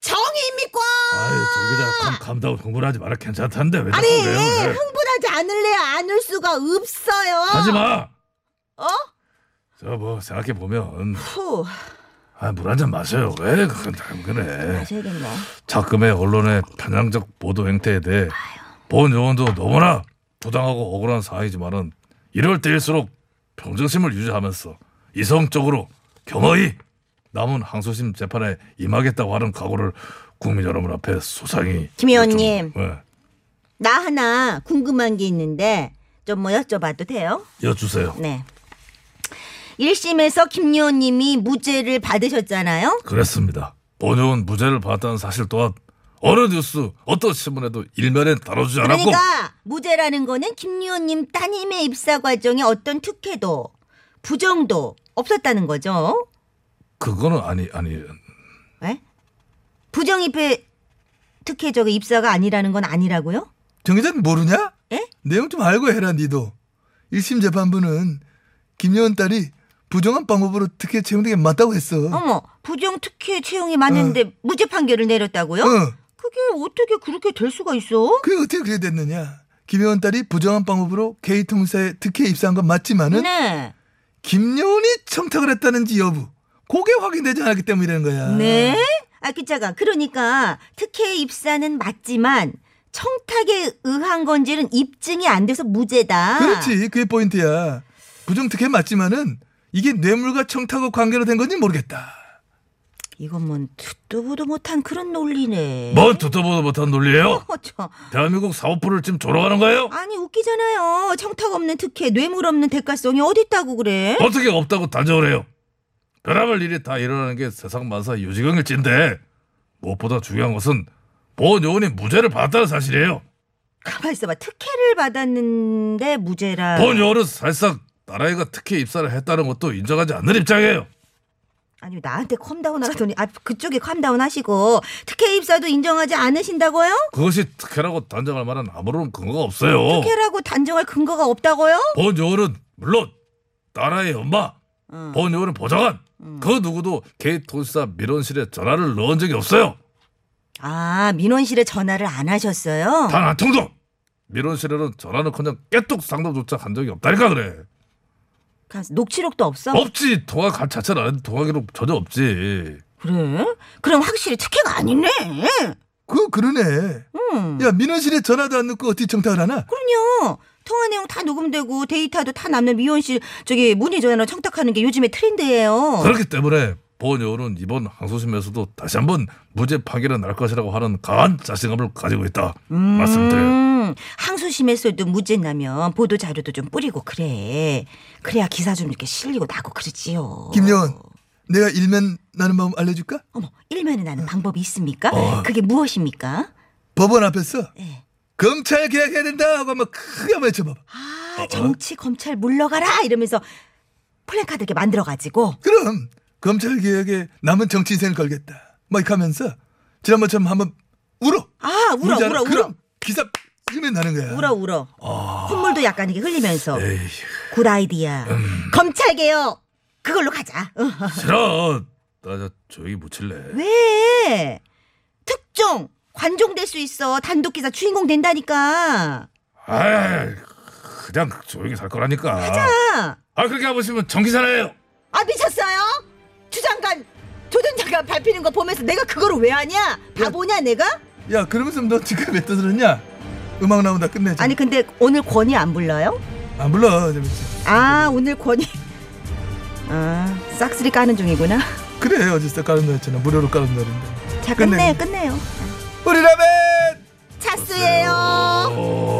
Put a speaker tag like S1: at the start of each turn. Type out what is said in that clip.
S1: 정의입니까?
S2: 아유 정 기자 감다운 흥분하지 마라 괜찮다는데 왜 자꾸
S1: 아니
S2: 그래요 왜?
S1: 흥분하지 않을래야 안을 수가 없어요.
S2: 하지마
S1: 아. 어?
S2: 저뭐 생각해보면
S1: 후
S2: 아, 물 한 잔 마셔요 왜 그건 다 그래
S1: 마셔야겠네.
S2: 작금의 언론의 편향적 보도 행태에 대해 본 의원도 너무나 부당하고 억울한 사항이지만은 이럴 때일수록 평정심을 유지하면서 이성적으로 경허히 남은 항소심 재판에 임하겠다고 하는 각오를 국민 여러분 앞에 소상히
S1: 김 의원님.
S2: 여쭈- 네,
S1: 나 하나 궁금한 게 있는데 좀 뭐 여쭤봐도 돼요?
S2: 여쭈세요
S1: 네. 1심에서 김여원님이 무죄를 받으셨잖아요.
S2: 그랬습니다 본의원 무죄를 받았다는 사실 또한 어느 뉴스 어떤 신문에도 일면에 다뤄주지 않았고
S1: 그러니까 무죄라는 거는 김여원님 따님의 입사 과정에 어떤 특혜도 부정도 없었다는 거죠.
S2: 그거는 아니 아니
S1: 왜? 부정입회 특혜 저기 입사가 아니라는 건 아니라고요?
S3: 정 기자는 모르냐?
S1: 예?
S3: 내용 좀 알고 해라 니도. 1심 재판부는 김여원 딸이 부정한 방법으로 특혜 채용되게 맞다고 했어.
S1: 어머, 부정 특혜 채용이 맞는데 무죄 판결을 내렸다고요?
S3: 어.
S1: 그게 어떻게 그렇게 될 수가 있어?
S3: 그게 어떻게 그래 됐느냐. 김여원 딸이 부정한 방법으로 K통사에 특혜 입사한 건 맞지만은
S1: 네.
S3: 김여원이 청탁을 했다는지 여부 그게 확인되지 않았기 때문이라는 거야.
S1: 네? 아, 기자가 그러니까 특혜 입사는 맞지만 청탁에 의한 건지는 입증이 안 돼서 무죄다.
S3: 그렇지 그게 포인트야. 부정 특혜 맞지만은 이게 뇌물과 청탁의 관계로 된 건지 모르겠다.
S1: 이건 뭔 듣도 보도 못한 그런 논리네.
S3: 뭐?
S2: 뭔 듣도 보도 못한 논리예요
S1: 어, 저.
S2: 대한민국 사법부를 지금 조롱하는 거예요?
S1: 아니 웃기잖아요. 청탁 없는 특혜, 뇌물 없는 대가성이 어딨다고 그래?
S2: 어떻게 없다고 단정을 해요? 변함을 일이 다 일어나는 게 세상 만사 유지경일진데 무엇보다 중요한 것은 보원 요원이 무죄를 받았다는 사실이에요.
S1: 가만 있어봐. 특혜를 받았는데 무죄라.
S2: 보원 요원은 사실상 나라이가 특혜 입사를 했다는 것도 인정하지 않는 입장이에요.
S1: 아니 나한테 컴다운 하라더니 아 그쪽에 컴다운 하시고 특혜 입사도 인정하지 않으신다고요?
S2: 그것이 특혜라고 단정할 만한 아무런 근거가 없어요.
S1: 특혜라고 단정할 근거가 없다고요?
S2: 보원 요원은 물론 나라의 엄마, 보원 요원은 보좌관, 그 누구도 개토사 밀원실에 전화를 넣은 적이 없어요.
S1: 아, 민원실에 전화를 안 하셨어요?
S2: 단 한 통도 민원실에는 전화는커녕 깨똑 상담조차 한 적이 없다니까 그래.
S1: 가서 녹취록도 없어?
S2: 없지 통화 가 자체는 안 해도 통화 기록 전혀 없지.
S1: 그래? 그럼 확실히 특혜가 아니네.
S3: 그 그러네.
S1: 음.
S3: 야 민원실에 전화도 안 넣고 어떻게 청탁을 하나?
S1: 그럼요. 통화 내용 다 녹음되고 데이터도 다 남는 미원실 저기 문의 전화로 청탁하는 게 요즘의 트렌드예요.
S2: 그렇기 때문에 보원여우는 이번 항소심에서도 다시 한번 무죄 판결이 날 것이라고 하는 강한 자신감을 가지고 있다. 말씀드려요.
S1: 음, 항소심에서도 무죄 나면 보도 자료도 좀 뿌리고 그래. 그래야 기사 좀 이렇게 실리고 나고 그러지요.
S3: 김여원 내가 일면 나는 마음 알려줄까?
S1: 어머, 일면에
S3: 음.
S1: 나는 방법이 있습니까?
S2: 어.
S1: 그게 무엇입니까?
S3: 법원 앞에서
S1: 예.
S3: 검찰 개혁해야 된다 하고 한번 크게 한번 외쳐봐봐.
S1: 아, 정치 검찰 물러가라 이러면서 플랜카드 이렇게 만들어 가지고
S3: 그럼 검찰 개혁에 남은 정치 인생을 걸겠다. 막 이렇게 하면서 지난번처럼 한번 울어.
S1: 아 울어
S3: 울잖아.
S1: 울어 울어
S3: 그럼 아. 기사 일면 나는 거야.
S1: 울어 울어 콧물도 약간 이게 흘리면서
S3: 예.
S2: 에이
S1: 굿 아이디야
S3: 음.
S1: 검찰 개혁 그걸로 가자 어.
S2: 싫어. 나 저 조용히 묻힐래.
S1: 왜 특종 관종 될 수 있어 단독 기사 주인공 된다니까
S2: 아이 그냥 조용히 살 거라니까.
S1: 아,
S2: 아 그렇게 하보시면 정기사예요.
S1: 아 미쳤어요 주장관 조전자가 밟히는 거 보면서 내가 그걸 왜 하냐 바보냐 내가
S3: 야 그러면서 너 지금 왜 떠들었냐? 음악 나온다 끝내자.
S1: 아니 근데 오늘 권이 안 불러요?
S3: 안 불러 재밌지.
S1: 아 오늘 권이 아 싹쓸이 까는 중이구나
S3: 그래 어제 까는 날였잖아 무료로 까는 날인데.
S1: 자
S3: 끝내.
S1: 끝내요 끝내요
S3: 우리 라멘.
S1: 차스예요
S2: 어.